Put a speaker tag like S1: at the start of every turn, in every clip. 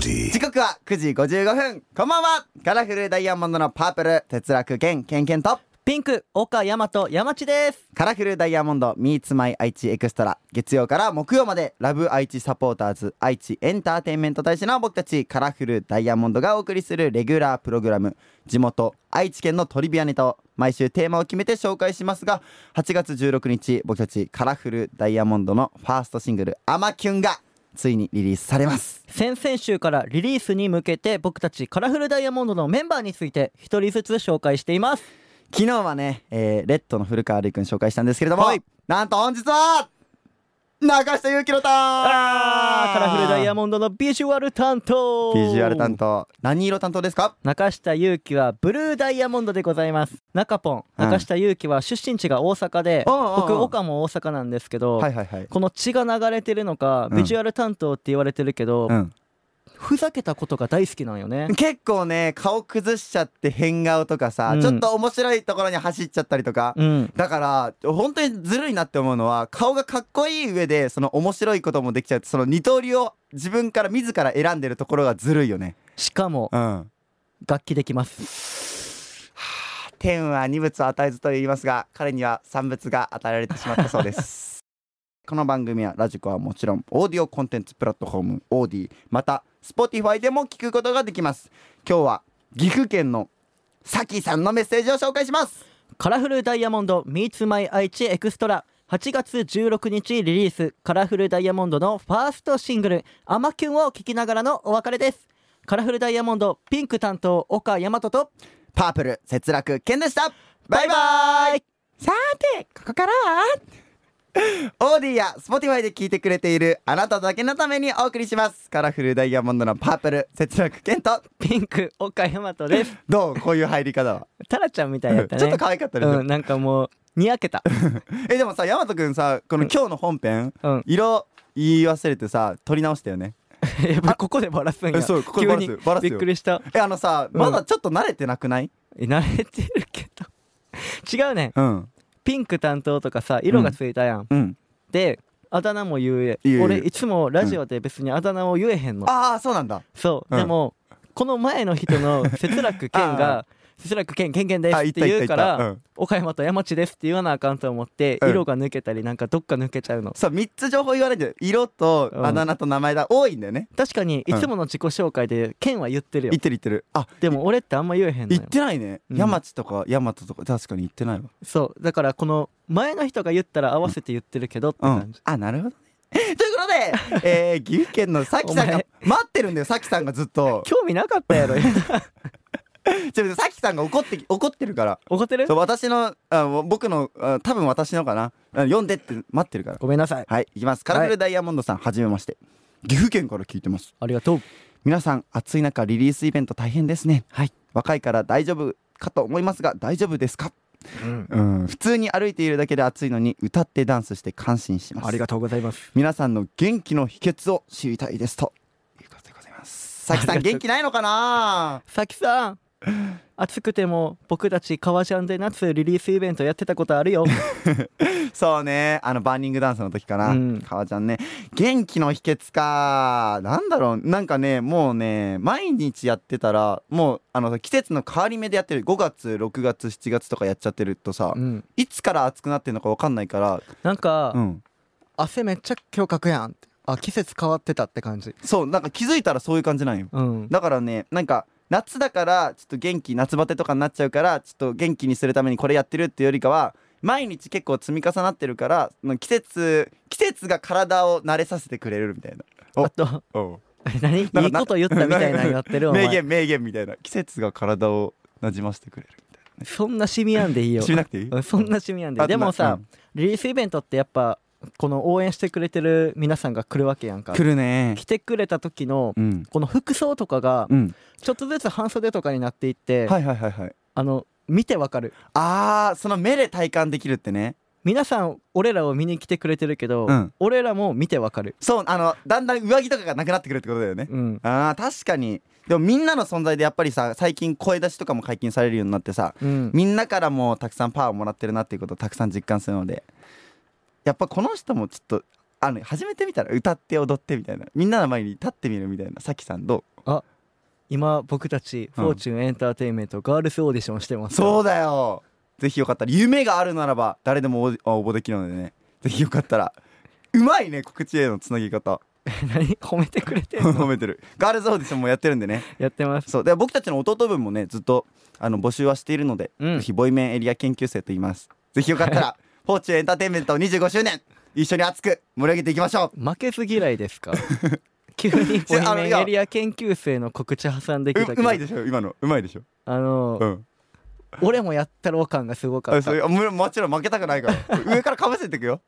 S1: 時
S2: 時刻は9時55分こんばんはカラフルダイヤモンドのパープル哲楽健健健と
S3: ピンク岡大和山地です
S2: カラフルダイヤモンド Meets My 愛知エクストラ月曜から木曜までラブ愛知サポーターズ愛知エンターテインメント大使の僕たちカラフルダイヤモンドがお送りするレギュラープログラム地元愛知県のトリビアネタを毎週テーマを決めて紹介しますが8月16日僕たちカラフルダイヤモンドのファーストシングル「アマキュン」がついにリリースされます
S3: 先々週からリリースに向けて僕たちカラフルダイヤモンドのメンバーについて一人ずつ紹介しています
S2: 昨日はね、えーレッドの古川瑠衣君紹介したんですけれども、
S3: はい
S2: なんと本日は中下祐希のターン
S3: カラフルダイヤ
S2: モン
S3: モンドのビジュアル担当
S2: ビジュアル担当何色担当ですか
S3: 中下優希はブルーダイヤモンドでございます中ポン
S2: うん
S3: 中下優希は出身地が大阪で、
S2: おうおうおう
S3: 僕岡も大阪なんですけど、
S2: はいはいはい
S3: この血が流れてるのか、
S2: うん
S3: ビジュアル担当って言われてるけど、
S2: うん、
S3: ふざけたことが大好きなん よね
S2: 結構ね顔崩しちゃって変顔とかさ、
S3: うん
S2: ちょっと面白いところに走っちゃったりとか、
S3: うん
S2: だから本当にずるいなって思うのは顔がかっこいい上でその面白いこともできちゃうってその二刀流を自分から自ら選んでるところがずるいよね
S3: しかも
S2: うん
S3: 楽器できます
S2: 天は二物を与えずと言いますが彼には三物が与えられてしまったそうですこの番組はラジコはもちろんオーディオコンテンツプラットフォームオーディまた Spotify でも聞くことができます今日は岐阜県のさきさんのメッセージを紹介します
S3: カラフルダイヤモンド Meets My 愛知エクストラ8月16日リリースカラフルダイヤモンドのファーストシングル「アマキュン」を聴きながらのお別れですカラフルダイヤモンドピンク担当岡大和と
S2: パープル節楽健でしたバイバイさてここからは オーディや Spotify で聞いてくれているあなただけのためにお送りしますカラフルダイヤモンドのパープル節楽健と
S3: ピンク岡大和 です
S2: どうこういう入り方は
S3: タラちゃんみたいだったね
S2: ちょっと可愛かったです、
S3: うんなんかもうにやけ た
S2: えでもさ大和くんさこの今日の本編、
S3: うん
S2: 色言い忘れてさ撮り直したよね
S3: やっぱここでバラすんや
S2: えそうここでバラす
S3: 急に
S2: バラすよ
S3: びっくりした
S2: えあのさ
S3: うん
S2: まだちょっと慣れてなくない
S3: え慣れてるけど違うね
S2: うん
S3: ピンク担当とかさ色がついたやん、
S2: うん
S3: であだ名も言え
S2: 言え
S3: 俺いつもラジオで別にあだ名を言えへんの、
S2: ああそうなんだ
S3: そ
S2: う
S3: う、
S2: ん
S3: でもこの前の 人の節楽健
S2: あ
S3: が「節楽健健健です」
S2: あ
S3: っ
S2: 言ってた言っ
S3: 言
S2: た
S3: うか
S2: 言ったう
S3: ら
S2: ん
S3: 「岡山と山地です」って言わなあかんと思って
S2: うん
S3: 色が抜けたりなんかどっか抜けちゃうの
S2: さ3つ情報言わないで色と
S3: うん
S2: あだ名と名前だ多いんだよね
S3: 確かにいつもの自己紹介で健は言ってるよ
S2: 言ってる言ってるあ
S3: でも俺ってあんま言えへんの
S2: 言っ
S3: よ
S2: てないね
S3: うん
S2: 山地とか大和とか確かに言ってないわ
S3: そうだからこの前の人が言ったら合わせて言ってるけどって
S2: う
S3: 感
S2: ん
S3: じ、
S2: あなるほどね ということで、えー岐阜県のさきさん
S3: お
S2: が
S3: 前
S2: 待ってるんだよさきさんがずっ と
S3: 興味なかったや ろ
S2: ちょさきさんが怒ってき怒ってるから
S3: 怒ってる
S2: そう私のあ僕のあ多分私のかなあ読んでって待ってるから
S3: ごめんなさい
S2: はいいきますカラフルダイヤモンドさんはじめまして岐阜県から聞いてます
S3: ありがとう
S2: 皆さん暑い中リリースイベント大変ですねはい若いから大丈夫かと思いますが大丈夫ですか
S3: うん
S2: うん普通に歩いているだけで暑いのに歌ってダンスして感心します
S3: ありがとうございます
S2: 皆さんの元気の秘訣を知りたいですということでございますさきさん元気ないのかな
S3: さきさん暑くても僕たち革ジャンで夏リリースイベントやってたことあるよ
S2: そうねあのバーニングダンスの時かな、
S3: うん
S2: 川ちゃんね元気の秘訣かなんだろうなんかねもうね毎日やってたらもうあの季節の変わり目でやってる5月6月7月とかやっちゃってるとさ、
S3: うん
S2: いつから暑くなってるのか分かんないから、
S3: なんか、
S2: うん、
S3: 汗めっちゃ今日かくやんってあ季節変わってたって感じ
S2: そうなんか気づいたらそういう感じなんよ
S3: うん
S2: だからねなんか夏だからちょっと元気夏バテとかになっちゃうからちょっと元気にするためにこれやってるっていうよりかは毎日結構積み重なってるからその季節季節が体を慣れさせてくれるみたいなお
S3: あと
S2: お
S3: 何いい
S2: なんかな
S3: こと言ったみたいなのやってるお
S2: 名
S3: 前
S2: 言名言みたいな季節が体をなじませてくれるみた
S3: そんなシミやんでいい
S2: い
S3: よ
S2: な知らなくていい
S3: うんそんなシミやん
S2: あ
S3: ででも
S2: な
S3: さ
S2: うん
S3: リリースイベントってやっぱこの応援してくれてる皆さんが来るわけやんか
S2: 来るね
S3: 来てくれた時の
S2: うん
S3: この服装とかが
S2: うん
S3: ちょっとずつ半袖とかになっていって、
S2: はいはいはいはい
S3: あの見てわかる
S2: あーその目で体感できるってね
S3: 皆さん俺らを見に来てくれてるけど、
S2: うん
S3: 俺らも見てわかる
S2: そうあのだんだん上着とかがなくなってくるってことだよね
S3: うん
S2: あー確かにでもみんなの存在でやっぱりさ最近声出しとかも解禁されるようになってさ
S3: うん
S2: みんなからもたくさんパワーをもらってるなっていうことをたくさん実感するのでやっぱこの人もちょっとあの始めてみたら歌って踊ってみたいなみんなの前に立ってみるみたいなさきさんど
S3: 今僕たち
S2: うん
S3: フォーチュンエンターテインメントガールズオーディションしてま
S2: う
S3: す
S2: そう
S3: う
S2: だよぜひよかったら夢があるならば誰でも応応募できるのでねぜひよかったらうまいね告知へのつなぎ方
S3: 何 褒めてくれてんの
S2: 褒めてるガールズオーディションもやってるんでね
S3: やってます
S2: そうで僕たちの弟分もねずっとあの募集はしているので、
S3: うん
S2: ぜひボイメンエリア研究生と言いますぜひよかった らフォーチュンエンターテインメント25周年一緒に熱く盛り上げていきましょう
S3: 負けず嫌いで すか急にボイ
S2: あの
S3: メ
S2: い
S3: ン
S2: や
S3: エリア研究生の告知挟んできたけ
S2: う
S3: ど
S2: うまいでしょ今のうまいでしょ
S3: あの、
S2: うん
S3: 俺もやったろう感がすごか
S2: あ
S3: った
S2: そういうあももちろん負けたくないから 上からかぶせてくよ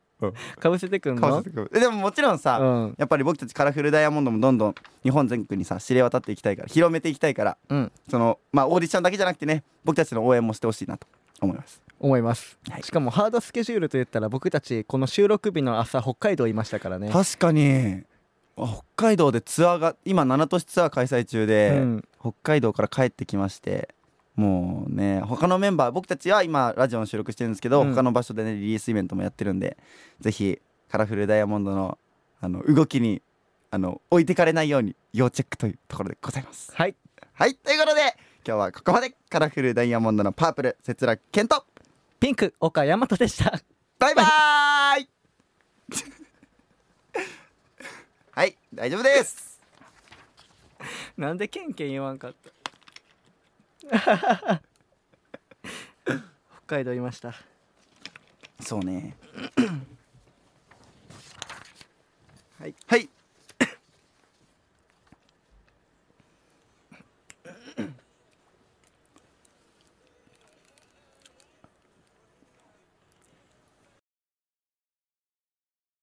S3: かぶせてくん
S2: かぶ
S3: の
S2: せてくえでももちろんさ、
S3: うん
S2: やっぱり僕たちカラフルダイヤモンドもどんどん日本全国にさ知れ渡っていきたいから広めていきたいから
S3: うん
S2: そのまあオーディションだけじゃなくてね僕たちの応援もしてほしいなと思います
S3: 思います、
S2: はい
S3: しかもハードスケジュールといったら僕たちこの収録日の朝北海道いましたからね
S2: 確かにあ北海道でツアーが今7都市ツアー開催中で、
S3: うん
S2: 北海道から帰ってきましてもうね他のメンバー僕たちは今ラジオの収録してるんですけど、
S3: うん
S2: 他の場所でねリリースイベントもやってるんでぜひカラフルダイヤモンドのあの動きにあの置いてかれないように要チェックというところでございます
S3: はい
S2: はいということで今日はここまでカラフルダイヤモンドのパープル節楽健と
S3: ピンク岡大和でした
S2: バイバーイ はい大丈夫です
S3: なんでケンケン言わんかった 北海道いました
S2: そうね はい、はい、